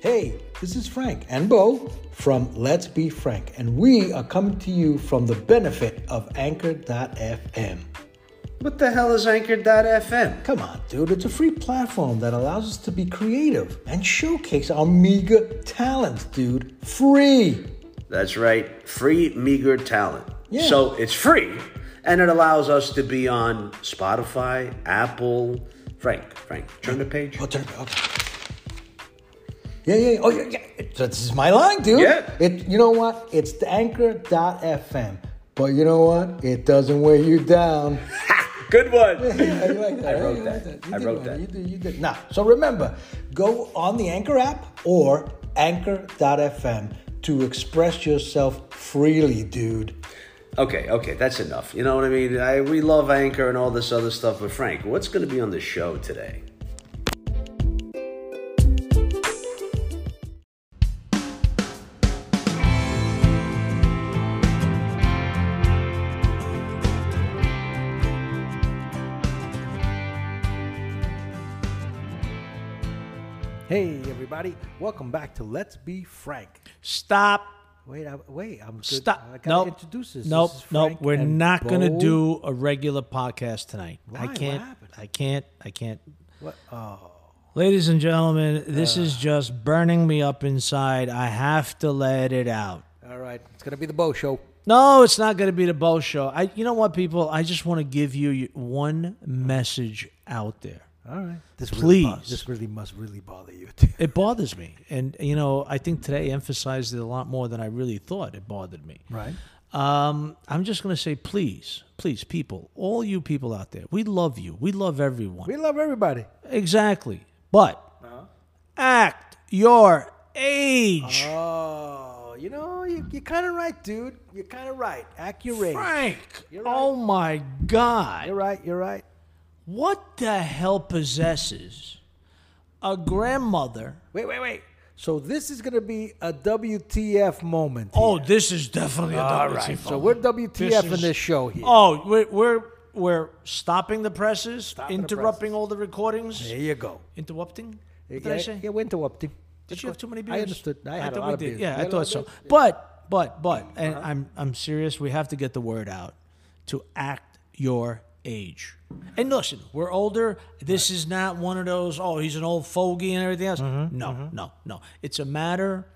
Hey, this is Frank and Bo from Let's Be Frank, and we are coming to you from the benefit of Anchor.fm. What the hell is Anchor.fm? Come on, dude, it's a free platform that allows us to be creative and showcase our meager talents, dude. Free! That's right, free meager talent. Yeah. So it's free, and it allows us to be on Spotify, Apple. Frank, Frank, turn the page. Oh, turn, okay. Yeah, yeah, oh, yeah, yeah. This is my line, dude. Yeah. It, you know what? It's the anchor.fm. But you know what? It doesn't weigh you down. Good one. Yeah, you like that, I wrote right? You that. like I You did wrote one. that. You did, you did. Now, so remember, go on the Anchor app or anchor.fm to express yourself freely, dude. Okay, okay, that's enough. You know what I mean? I, we love Anchor and all this other stuff, but Frank, what's going to be on the show today? Hey, everybody. Welcome back to Let's Be Frank. Stop. Wait, I, wait. I'm good. Stop. I gotta nope. introduce this. Nope. This is nope. Frank We're and not going to Bo. do a regular podcast tonight. Why? I What can't. happened? I can't. I can't. What? Oh, Ladies and gentlemen, this is just burning me up inside. I have to let it out. all right. It's gonna be the Bo Show. No, it's not going to be the Bo show. I, you know what, people? I just want to give you y- one message out there. All right. This Really, bo- Please. this really must really bother you. Too. It bothers me, and you know, I think today emphasized it a lot more than I really thought. It bothered me. Right. Um, I'm just going to say, please, please, people, all you people out there, we love you. We love everyone. We love everybody. Exactly. But Uh-huh. act your age. Uh-huh. Oh, you know, you, you're kind of right, dude. You're kind of right. Accurate. Frank. You're right. Oh my God. You're right. You're right. What the hell possesses a grandmother? Wait, wait, wait. So this is gonna be a WTF moment. Oh, here. this is definitely a all WTF right. So moment. we're WTF in is- this show here. Oh, we're we're, we're stopping the presses, the interrupting all the recordings, There you go. interrupting. What did yeah, I say? Yeah, went to up team. Did you have too many beers? I understood. I had a thought lot we of did. beers. You Yeah, had I a thought lot so. of beers? But but but, and Uh-huh. I'm I'm serious. We have to get the word out to act your age. And listen, we're older. This is not one of those. Oh, he's an old fogey and everything else. Mm-hmm, no, no, no. It's a matter,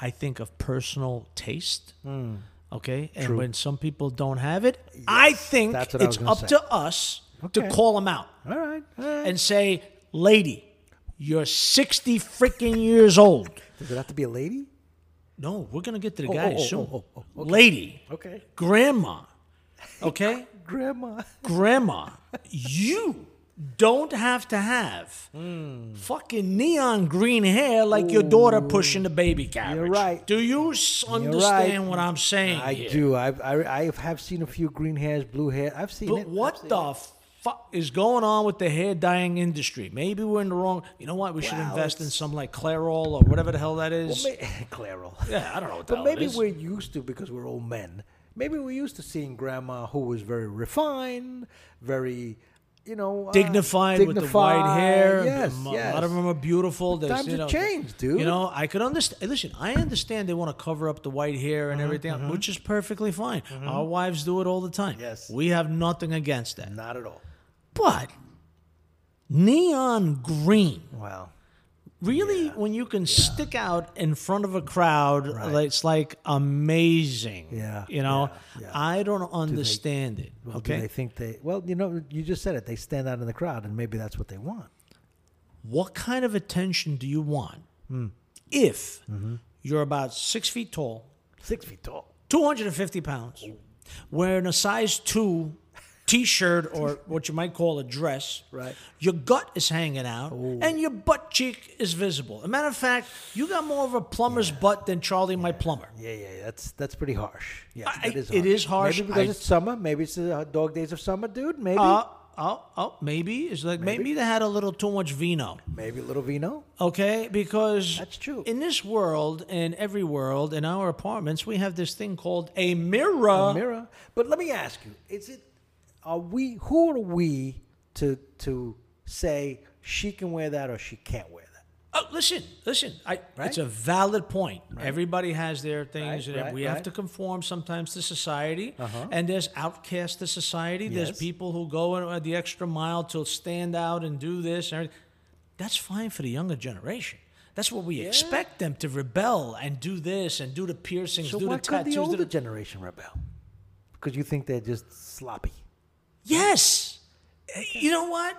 I think, of personal taste. Hmm. Okay, and when some people don't have it, I think that's what I was it's gonna up say. to us Okay. to call them out All right. All right. and say, "Lady, you're sixty freaking years old." Does it have to be a lady? No, we're gonna get to the Oh, guy oh, oh, soon. oh, oh, oh, okay. Lady, Okay. grandma, okay, Grandma. grandma, you don't have to have Hmm. fucking neon green hair like your daughter pushing the baby carriage. right. Do you s- right. understand what I'm saying? I here? do. I've, I I have seen a few green hairs, blue hair. I've seen But it. what the fuck is going on with the hair dyeing industry? Maybe we're in the wrong. You know what? We should Wow, invest in it's- some like Clairol or whatever the hell that is. Well, may- Clairol. yeah, I don't know what the But hell it maybe is. we're used to because we're old men. Maybe we're used to seeing grandma who was very refined, very, you know, uh, dignified, with the white hair. Yes, a yes. lot of them are beautiful. There's, times you have know, changed, dude. You know, I could understand. Listen, I understand they want to cover up the white hair Mm-hmm, and everything, which is perfectly fine. Our wives do it all the time. Yes. we have nothing against that. Not at all. But neon green, Wow. really, when you can stick out in front of a crowd, like, it's like amazing. Yeah, you know, yeah, yeah. I don't understand it. Well, okay, Do they think they? Well, you know, you just said it. They stand out in the crowd, and maybe that's what they want. what kind of attention do you want Hmm. if Mm-hmm. you're about six feet tall, Six feet tall. 250 pounds, wearing a size two t shirt or what you might call a dress? Right. Your gut is hanging out and your butt cheek is visible. A matter of fact, you got more of a plumber's butt than Charlie, my plumber. Yeah, yeah, that's that's pretty harsh. Yeah, I- that is it is harsh. Maybe because I- it's summer. Maybe it's the uh, dog days of summer, dude. Maybe Oh, oh, oh, maybe. It's like maybe. they had a little too much vino. maybe a little vino. Okay, because That's true. In this world and every world, in our apartments, we have this thing called a mirror. mirror. But let me ask you: Is it? Are we? Who are we to to say she can wear that or she can't wear that? Uh, No, listen, listen. I, It's a valid point. Everybody has their things, Right, and right, we have right. to conform sometimes to society. And there's outcasts to society. Yes. There's people who go uh, the extra mile to stand out and do this. And everything. That's fine for the younger generation. That's what we expect them to rebel and do this and do the piercings, So do the why could tattoos. the do older the- generation rebel? Because you think they're just sloppy. Yes. Uh, You know what?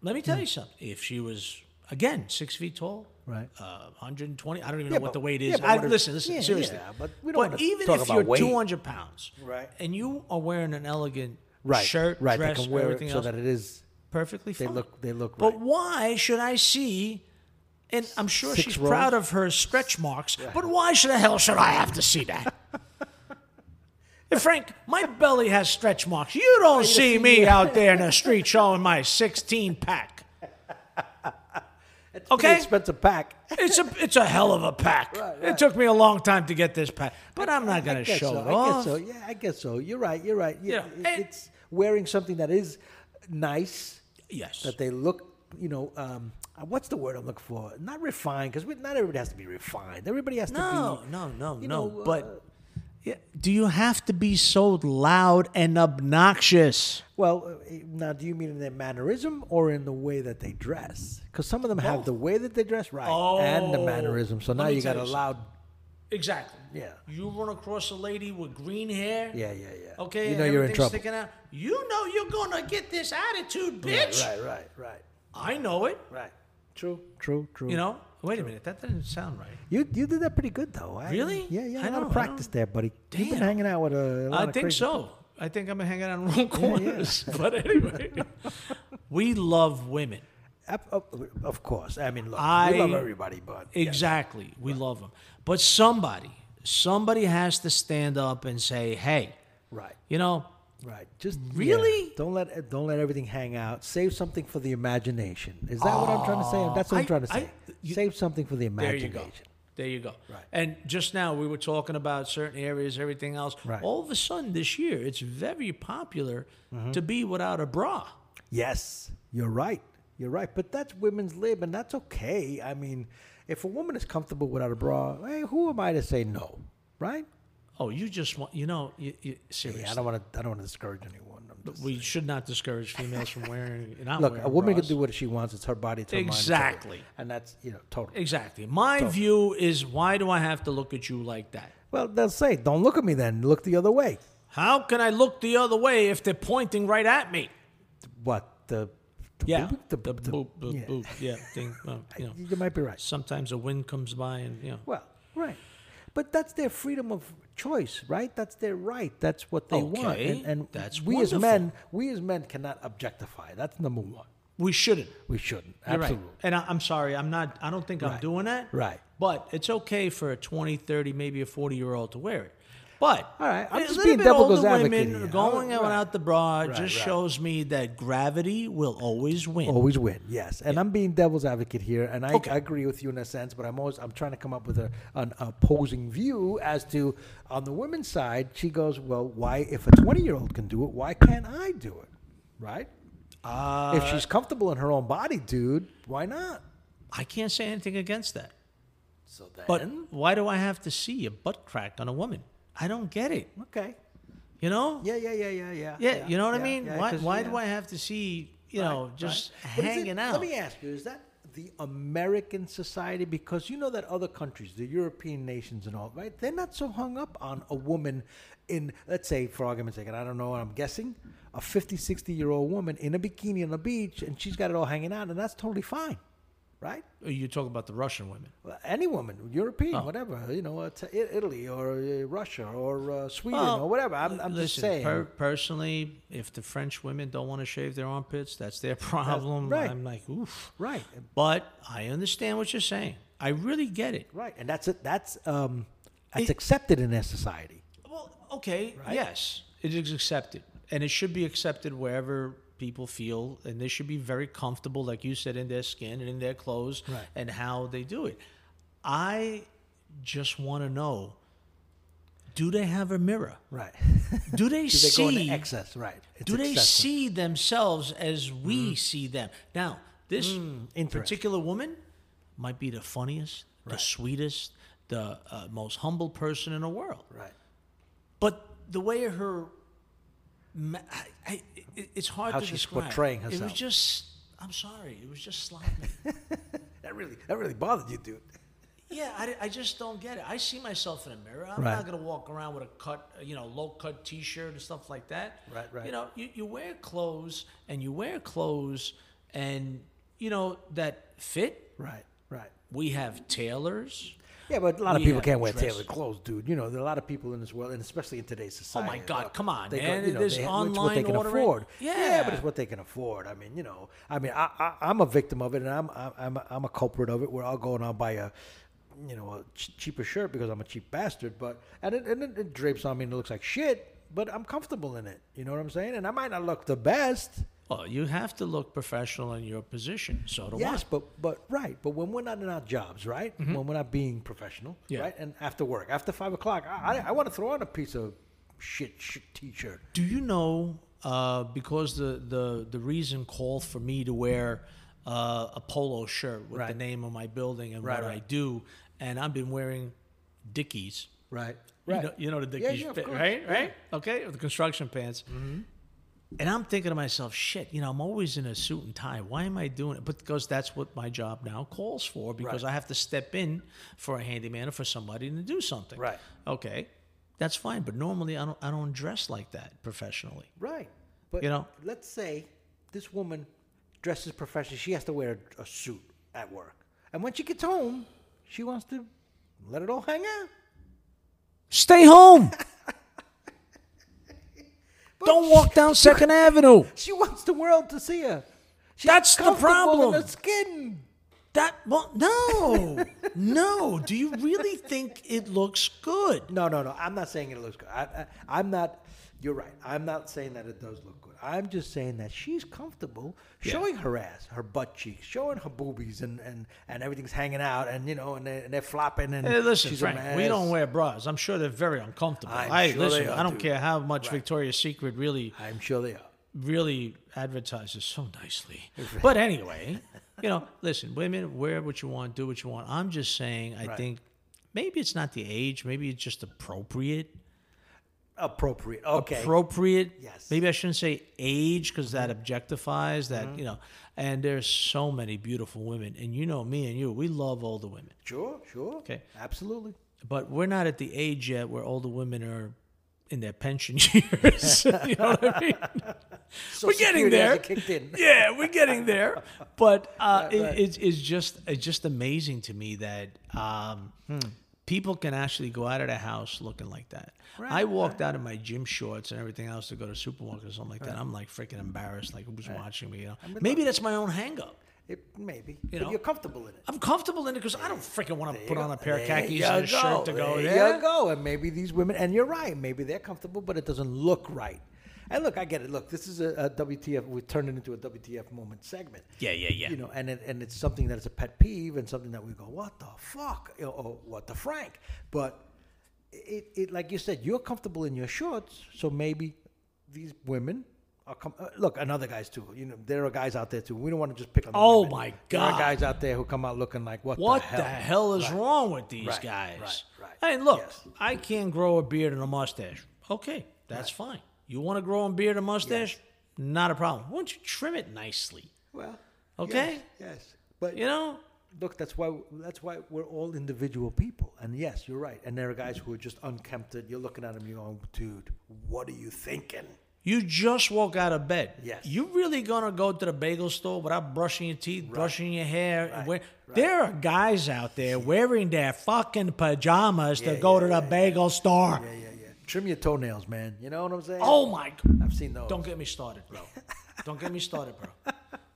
Let me tell you something. If she was again six feet tall, Right. uh, 120. I don't even Yeah, know what but- the weight yeah, is. but I, what if- listen, listen, yeah, seriously. yeah, but we don't wanna even talk if about you're weight. 200 pounds, Right. and you are wearing an elegant Right. shirt, right. dress, they can wear everything it so else, that it is. perfectly They fine. look. They look But right. why should I see? And I'm sure Six she's rows? proud of her stretch marks. But why should the hell should I have to see that? And Frank, my belly has stretch marks. You don't see me out there in the street showing my 16 pack. Pretty Okay, expensive pack. it's a it's a hell of a pack. It took me a long time to get this pack, but I'm not I gonna guess show so. it I guess off. so. Yeah, I guess so. You're right. You're right. Yeah, Yeah, it- and- it's wearing something that is nice. Yes. That they look. You know, um, uh, what's the word I'm looking for? Not refined, because not everybody has to be refined. Everybody has No, to be. no, no, you no. know, but yeah, do you have to be so loud and obnoxious? Well, uh, now, do you mean in their mannerism or in the way that they dress? Because some of them have the way that they dress right and the Oh, mannerism. So let now me you tell got a you loud. Exactly. Yeah. You run across a lady with green hair. Yeah, yeah, yeah. Okay. You know and you're in everything's trouble. Sticking out. You know you're gonna get this attitude, Right, bitch. right, right, right, I know it. right. True, true, true. You know. Wait a minute. That doesn't sound right. You you did that pretty good though. I, Really? Yeah, yeah. I a lot know, of I practice know. there, buddy. You've been Damn. hanging out with a. lot I of think crazy- so. I think I'm hanging out on wrong corners. But anyway, we love women. Of, of- oh, of course. I mean, look, I- we love everybody, but Exactly. We love them. But somebody, somebody has to stand up and say, "Hey, right, you know, right. Just yeah. Really? Don't let don't let everything hang out. Save something for the imagination. Is that what I'm trying to say? That's what I, am I- trying to I- say. you- Save something for the There you imagination. go. There you go. Right. And just now we were talking about certain areas, everything else. Right. All of a sudden this year, it's very popular Mm-hmm. to be without a bra. Yes, you're right. You're right. But that's women's lib, and that's okay. I mean, if a woman is comfortable without a bra, hey, who am I to say no? Right? Oh, you just want, you know, you, you, seriously, Yeah, I don't want to. I don't want to discourage anyone. I'm just, we should not discourage females from wearing. Not Look, wearing a woman bras. can do what she wants. It's her body. It's her mind. it's her will. Exactly. And that's you know totally. Exactly. My view is, why do I have to look at you like that? Well, they'll say, "Don't look at me." Then look the other way. How can I look the other way if they're pointing right at me? What the? the Yeah, boob- the, boop, boop, yeah. boop, yeah. Thing, well, you know, You might be right. sometimes a wind comes by and you know. Well, right. But that's their freedom of choice, right? That's their right. That's what they want. Okay, And, and that's we wonderful. as men, we as men cannot objectify. That's number one. We shouldn't. We shouldn't. You're Absolutely. Right. And I, I'm sorry, I'm not, I don't think I'm Right. doing that. Right. But it's okay for a 20, 30, maybe a 40 year old to wear it. But All right, I'm a just little being bit devil's older advocate women here. Oh, going out Right. without the bra just right. shows me that gravity will always win. Always win, yes. And I'm being devil's advocate here, and I, Okay. I agree with you in a sense, but I'm always I'm trying to come up with a, an opposing view as to on the women's side, she goes, well, why if a 20 year old can do it, why can't I do it, right? Uh, if she's comfortable in her own body, dude, why not? I can't say anything against that. So then, But why do I have to see a butt crack on a woman? I don't get it. okay, You know? yeah, yeah, yeah, yeah, yeah, Yeah, you know what I mean? yeah, why 'cause, why yeah. do I have to see, you Right, know, right. just But is it- hanging out? Let me ask you: Is that the American society? Because you know that other countries, the European nations and all, right? They're not so hung up on a woman in, let's say, for argument's sake, and I don't know, I'm guessing, a 50, 60 year old woman in a bikini on the beach, and she's got it all hanging out, and that's totally fine, right? you talk about the Russian women. Well, Any woman, European, Oh. whatever, you know, uh, t- I- Italy or uh, Russia or uh, Sweden Well, or whatever. I'm, I'm Listen, just saying. Per- personally, if the French women don't want to shave their armpits, that's their problem. right. I'm like, oof. Right. But I understand what you're saying. I really get it. Right, and that's it. That's um, that's accepted in their society. Well, okay, yes, it is accepted, and it should be accepted wherever people feel, and they should be very comfortable, like you said, in their skin and in their clothes Right. and how they do it. I just want to know: Do they have a mirror? Right. Do they they see? go into excess, right? It's do they excessive. see themselves as we see them? Now, this Mm. interesting. particular woman might be the funniest, the sweetest, the uh, most humble person in the world. Right. But the way her, ma- I, I, it, it's hard How to she's describe. portraying It was herself. just. I'm sorry. It was just sloppy. That really that really bothered you, dude. yeah, I, I just don't get it. I see myself in a mirror. I'm Right. not gonna walk around with a cut, you know, low cut T-shirt and stuff like that. Right, right. You know, you, you wear clothes and you wear clothes and you know that fit. Right. Right. We have tailors. Yeah, but a lot of We people have can't wear dress- tailored clothes, dude. You know, there are a lot of people in this world, and especially in today's Oh society. my God! Come on, They go- man. you know, There's they- online it's what they can ordering. afford. Yeah. but it's what they can afford. I mean, you know, I mean, I, I, I'm a victim of it, and I'm, I'm, I'm, a, I'm a culprit of it. Where I'll go and I'll buy a, you know, a ch- cheaper shirt because I'm a cheap bastard. But and it, and it, it drapes on me and it looks like shit. But I'm comfortable in it. You know what I'm saying? And I might not look the best. Well, you have to look professional in your position. So do Yes, I. but but right, but when we're not in our jobs, right? When we're not being professional, Mm-hmm. Yeah. right? And after work, after five o'clock, I, I, I want to throw on a piece of shit, shit t-shirt. Do you know? Uh, because the, the the reason called for me to wear uh, a polo shirt with the Right. name of my building and Right, what I right. do, and I've been wearing Dickies. Right, You know, you know the Yeah, Dickies yeah, of fit, course. right? Right? Okay, with the construction pants. And I'm thinking to myself, shit, you know, I'm always in a suit and tie. Why am I doing it? But because that's what my job now calls for, because I have to step in for a handyman or for somebody to do something. Right. Okay. That's fine. But normally I don't I don't dress like that professionally. right. But You know? let's say this woman dresses professionally. She has to wear a, a suit at work, and when she gets home, she wants to let it all hang out. Stay home. don't walk down Second Avenue. She wants the world to see her. She's That's the comfortable problem. In her skin. That well, no. no. Do you really think it looks good? No, no, no. I'm not saying it looks good. I, I, I'm not. You're right. I'm not saying that it does look good. I'm just saying that she's comfortable showing her ass, her butt cheeks, showing her boobies, and and, and everything's hanging out, and you know, and they're, and they're flopping. And Hey, listen, she's a Frank, we mess. don't wear bras. I'm sure they're very uncomfortable. I'm I sure they listen. are, I don't dude. care how much Victoria's Secret really, I'm sure they are. really advertises so nicely. but anyway, you know, listen, women, wear what you want, do what you want. I'm just saying, I think maybe it's not the age, maybe it's just appropriate. Appropriate. Okay. Appropriate. Yes. Mm-hmm. Maybe I shouldn't say age because that objectifies that, you know. And there's so many beautiful women. And you know me and you, we love older women. sure. Sure. Okay. Absolutely. but we're not at the age yet where older women are in their pension years. you know what I mean? we're Security getting there. hasn't Kicked in. Yeah, we're getting there. But uh, it- it's, it's just it's just amazing to me that um, Hmm. people can actually go out of the house looking like that. I walked out in my gym shorts and everything else to go to the supermarket or something like that. I'm like freaking embarrassed, like who's watching me? You know, maybe that's my own hang up. It, maybe. You but know. you're comfortable in it. I'm comfortable in it because I don't freaking want to put you on go. a pair of There khakis you and a shirt to go There there. you go. And maybe these women, and you're right, maybe they're comfortable, but it doesn't look right. And look, I get it. Look, this is a, a WTF. We turned it into a WTF moment segment. Yeah, yeah, yeah. You know, and it, and it's something that is a pet peeve and something that we go, what the fuck, You know, or what the frank. But it, it, like you said, you're comfortable in your shorts, so maybe these women. Are com- uh, look, and other guys too. You know, there are guys out there too. We don't want to just pick on. the Oh women. my There are God. guys out there who come out looking like what? What the the hell, hell, is wrong with these Right, guys? right, right. And look, Yes. I can't grow a beard and a mustache. Okay, that's fine. You want to grow a beard and mustache? Not a problem. Why don't you trim it nicely? Well, Okay. yes, yes. but You know? look, that's why that's why we're all individual people. And yes, you're right. And there are guys who are just unkempt. and You're looking at them, you're going, dude, what are you thinking? You just woke out of bed. Yes. You really gonna go to the bagel store without brushing your teeth, brushing your hair, and wear there are guys out there wearing their fucking pajamas to go to the bagel store. Yeah, yeah. Trim your toenails, man. You know what I'm saying? Oh my god. I've seen those. Don't get me started, bro. Don't get me started, bro.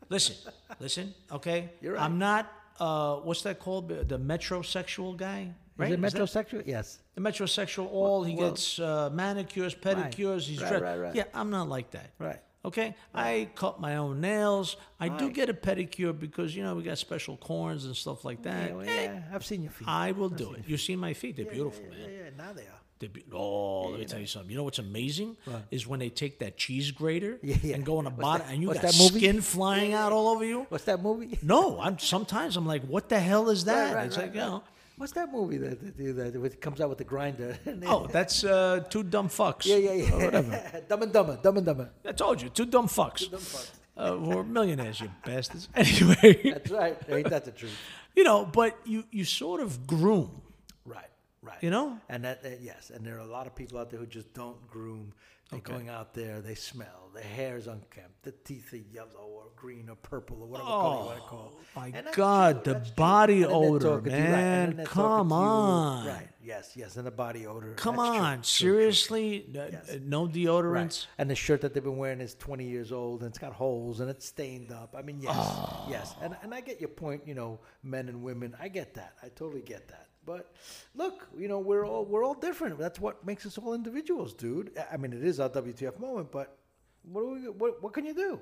Listen, listen, okay? You're right. I'm not, uh, what's that called? The the metrosexual guy? Right? Is it that- metrosexual? yes. the metrosexual all, he gets uh, manicures, pedicures, he's Right, dressed. right, right. Yeah, I'm not like that. Right. Okay, I cut my own nails. I do get a pedicure because you know we got special corns and stuff like that. Yeah, well, Eh, yeah, I've seen your feet. I will do it. You see my feet; they're beautiful, yeah, man. yeah, yeah, now they are. They'd be, oh, let me tell you something. You know what's amazing is when they take that cheese grater Yeah, yeah. and go on a What's bottom, that- and you what's got that movie? skin flying out all over you. What's that movie? No, I'm sometimes I'm like, what the hell is that? it's like, oh, you know, What's that movie that that, that, that comes out with the grinder? oh, that's uh, two dumb fucks. yeah, yeah, yeah. Whatever. Dumb and Dumber. Dumb and Dumber. I told you, two dumb fucks. Uh, we're millionaires, you bastards. Anyway, That's right. Ain't that the truth? you know, but you you sort of groom. Right. Right. You know? And that, that- yes, and there are a lot of people out there who just don't groom. They're going out there. They smell. Their hair's unkempt. The teeth are yellow or green or purple or whatever color you want to call. it. Oh, My And that's God, true, the that's true. body And then they're odor, talking to you, right, and man. then they're Come talking on. to you, Right. Yes. Yes. And the body odor. Come that's true, on, true, true. seriously? No- uh, No deodorants? Right. And the shirt that they've been wearing is 20 years old and it's got holes and it's stained up. I mean, yes, yes. And, and I get your point, you know, men and women. I get that. I totally get that. But look, you know, we're all we're all different. That's what makes us all individuals, dude. I- I mean, it is our WTF moment, but what do we what, what can you do?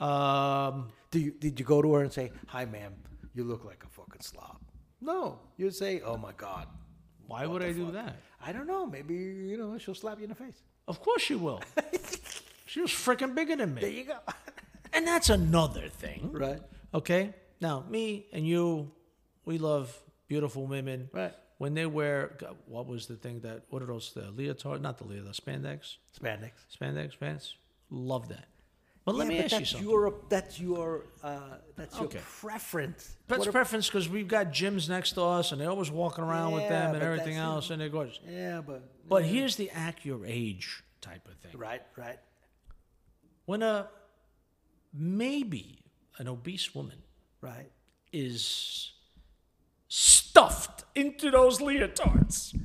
Um, Do you did you go to her and say, "Hi, ma'am, you look like a fucking slob"? No, you'd say, "Oh my god." why would I do that? I don't know. Maybe you know she'll slap you in the face. Of course she will. she was freaking bigger than There me. you go. And that's another thing. right. Okay? Now, me and you, we love beautiful women. Right. When they wear, God, what was the thing that, what are those, the leotard, not the leotard, spandex? Spandex. Spandex pants? Love that. But let Yeah, me but ask that's you something. Your, that's your uh, that's Okay. your preference. That's What a- preference because we've got gyms next to us and they're always walking around with Yeah, them and but everything that's- else and they're gorgeous. yeah, but But here's the act your age type of thing. right, right. When a maybe an obese woman Right. is stuffed into those leotards,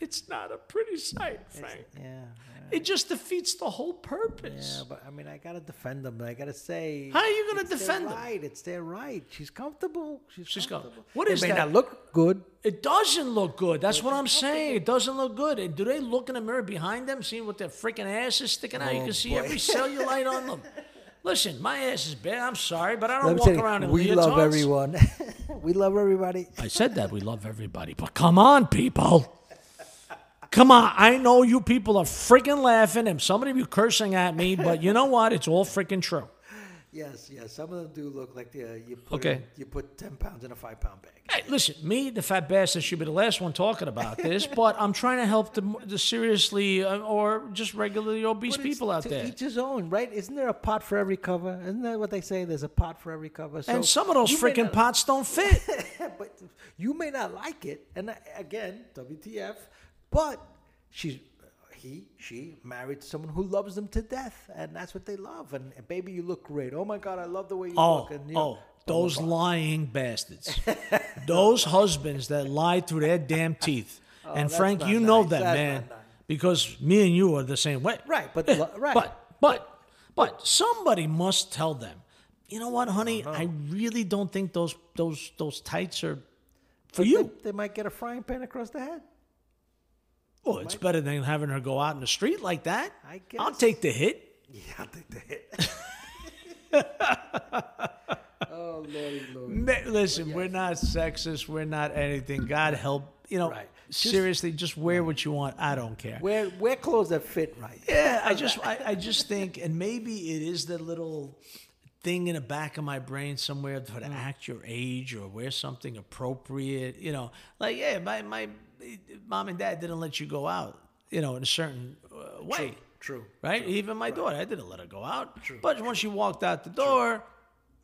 it's not a pretty sight, Frank. Yeah. It just defeats the whole purpose. Yeah, but I mean, I gotta defend them. I gotta say, How are you gonna it's their defend 'em? Right, it's their right. She's comfortable. She's, She's got- comfortable. What It is may that? not look good. It doesn't look good. That's what I'm saying. It doesn't look good. And do they look in the mirror behind them, seeing what their freaking ass is sticking out? you Oh, can see boy. every cellulite on them. Listen, my ass is bad. I'm sorry, but I Let don't me walk tell you, around in we love leotards. everyone. we love everybody. I said that we love everybody, but come on, people. Come on, I know you people are freaking laughing and somebody be cursing at me, but you know what? It's all freaking true. Yes, yes. Some of them do look like the, uh, you put Okay. in- you put ten pounds in a five pound bag. Hey, listen, me, the fat bastard, should be the last one talking about this, but I'm trying to help the, the seriously uh, or just regularly obese But it's people out to there. Each his own, right? Isn't there a pot for every cover? Isn't that what they say? There's a pot for every cover. So and some of those you may freaking not- pots don't fit. but you may not like it. And I- again, WTF? But she's he she married someone who loves them to death, and that's what they love. And, and baby, you look great. Oh my God, I love the way you Oh, look. And, you oh, know, blah, blah, those blah. lying bastards. those husbands that lie through their damn teeth. and Oh, that's Frank, not you know nice. that, That's man, not nice. because me and you are the same way. Right, but lo- right. But, but, but somebody must tell them. You know what, honey? Uh-huh. I really don't think those those those tights are for They, you. they might get a frying pan across the head. Well, Oh, it's better than having her go out in the street like that. I I'll guess. take the hit. Yeah, I think they hit. oh lordy, lordy. Ma- Listen, we're not sexist. We're not anything. God help. You know, Right. Just- seriously, just wear what you want. I don't care. Wear wear clothes that fit right. Yeah, I just, I, I just think, and maybe it is the little thing in the back of my brain somewhere to Mm. act your age or wear something appropriate. You know, like yeah, my my mom and dad didn't let you go out. You know, in a certain uh, way. True. Right? Even my daughter, I didn't let her go out. But once she walked out the door,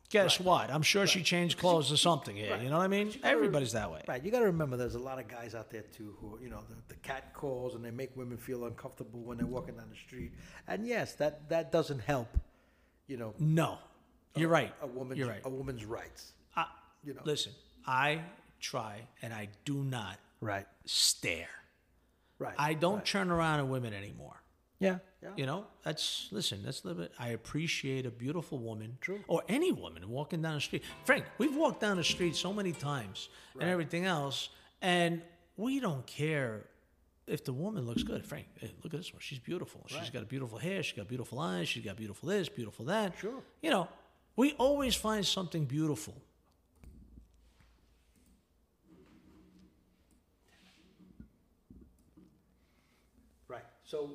guess what? I'm sure she changed clothes or something. Yeah, you know what I mean? Everybody's that way. Right, you got to remember there's a lot of guys out there too who, you know, the, the cat calls and they make women feel uncomfortable when they're walking down the street. And yes, that that doesn't help, you know, No, you're right. a woman's you're right. a woman's rights. I, you know. Listen, I try and I do not Right. stare. Right. I don't turn around at women anymore. yeah. Yeah. You know, that's listen. That's a little bit. I appreciate a beautiful woman, True. or any woman walking down the street. Frank, we've walked down the street so many times and everything else, and we don't care if the woman looks good. Frank, hey, look at this one. She's beautiful. She's got beautiful hair. She's got beautiful eyes. She's got beautiful this, beautiful that. Sure. You know, we always find something beautiful. So,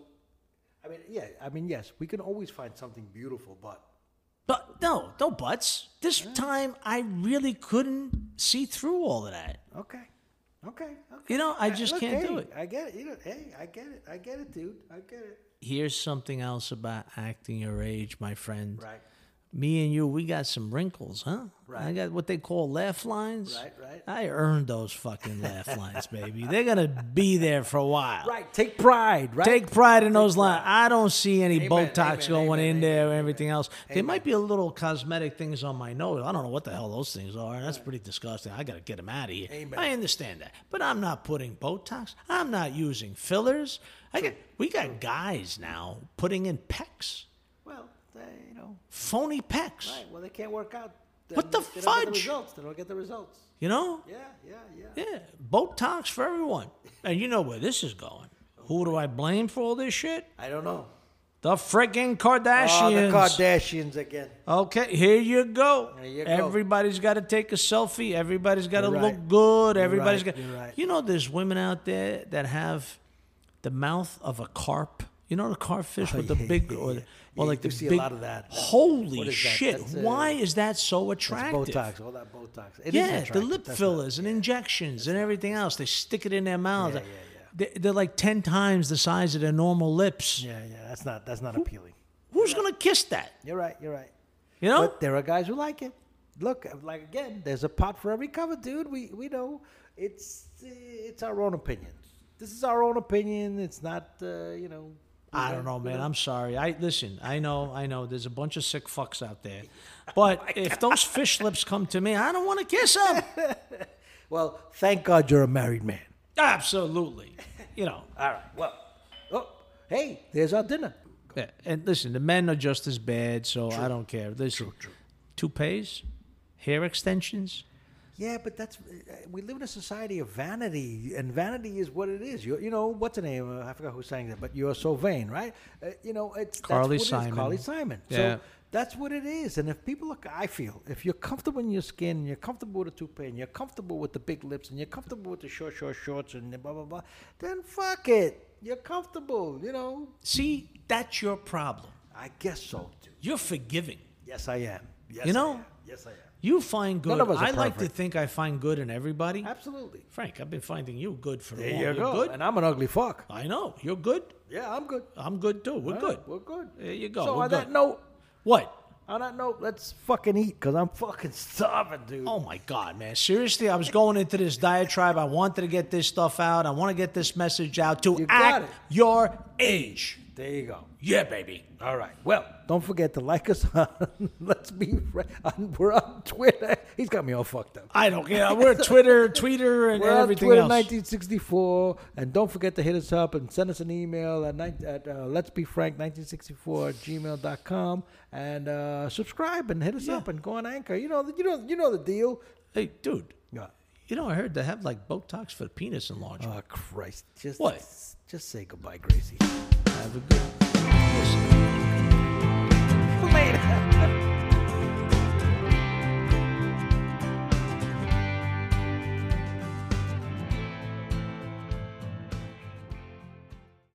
I mean, yeah, I mean, yes, we can always find something beautiful, but But no, no buts. This time I really couldn't see through all of that. okay, okay, okay. You know, I just Look, can't hey, do it. I get it. You know, hey, I get it. I get it, dude. I get it. Here's something else about acting your age, my friend. Right, Me and you, we got some wrinkles, huh? I Right. got what they call laugh lines. Right, right. I earned those fucking laugh lines, baby. They're gonna be there for a while. right. Take pride. Right. Take pride in those lines. I don't see any Amen, amen, Botox amen, going in amen, there or everything else. There might be a little cosmetic things on my nose. I don't know what the hell those things are. That's pretty disgusting. I got to get them out of here. Amen. I understand that. But I'm not putting Botox. I'm not using fillers. I got, we got guys now putting in pecs, Well, they, you know, phony pecs. right. Well, they can't work out. Then What the they Don't get the fudge? results. They don't get the results. You know? Yeah, yeah, yeah. Yeah, Botox for everyone. And you know where this is going. Who do I blame for all this shit? I don't know. The freaking Oh, the Kardashians. Kardashians again. Okay, here you go. There you go. Everybody's got to take a selfie. Everybody's got to You're look right. good. You're Everybody's right. got. You're right. You know, there's women out there that have the mouth of a carp. You know the carpfish with the Oh, yeah, big, yeah, or, yeah. or Yeah, like you the see a big. lot of that. That's- Holy what is that? shit! That's, uh, Why is that so It's attractive? Botox, all that Botox. It is Yeah, the attractive, lip that's not- fillers and injections and everything else. They stick it in their mouths. Yeah, yeah, yeah. They- They're like ten times the size of their normal lips. Yeah, yeah, that's not that's not appealing. Who's gonna kiss that? You're right. You're right. You know? But there are guys who like it. Look, like again, there's a pot for every cover, dude. We we know it's uh, it's our own opinion. This is our own opinion. It's not uh, you know. I don't know, man. I'm sorry. I listen. I know. I know. There's a bunch of sick fucks out there, but Oh if those fish lips come to me, I don't want to kiss them. Well, thank God you're a married man. Absolutely. You know. All right. Well, oh, hey, there's our dinner. Yeah, And listen, the men are just as bad, so I don't care. Listen, toupees, hair extensions. Yeah, but that's uh, we live in a society of vanity, and vanity is what it is. You you know what's her name? Uh, I forgot who sang that, but you're so vain, right? Uh, you know it's Carly that's what It Simon. is. Carly Simon. Yeah. So that's what it is. And if people look, I feel if you're comfortable in your skin, and you're comfortable with a toupee, and you're comfortable with the big lips, and you're comfortable with the short, short shorts, and the blah blah blah, then fuck it. You're comfortable. You know. See, that's your problem. I guess so. Too. You're forgiving. Yes, I am. Yes, I You know? am. Yes, I am. You find good. None of us are I like to perfect. think I find good in everybody. Absolutely. Frank, I've been finding you good for a There while. you You're go. good. And I'm an ugly fuck. I know. You're good. Yeah, I'm good. I'm good too. We're All good. right, We're good. There you go. So We're on that good. note, What? on that note, let's fucking eat because I'm fucking starving, dude. Oh my God, man. Seriously, I was going into this diatribe. I wanted to get this stuff out. I want to get this message out to You got act it. your age. There you go. Yeah, baby. All right. Well, don't forget to like us on. Let's be. Fri- on, we're on Twitter. He's got me all fucked up. I don't care. We're Twitter, Twitter, and We're on everything Twitter else. 1964, and don't forget to hit us up and send us an email at, nine- at uh, let's be frank 1964 at gmail.com and uh, subscribe and hit us Yeah. up and go on anchor. You know, the- you know, you know the deal. Hey, dude. Yeah. You know, I heard they have like Botox for the penis enlargement. Oh Christ! Just What? Just say goodbye, Gracie. Oh. have a good. Listen. Later.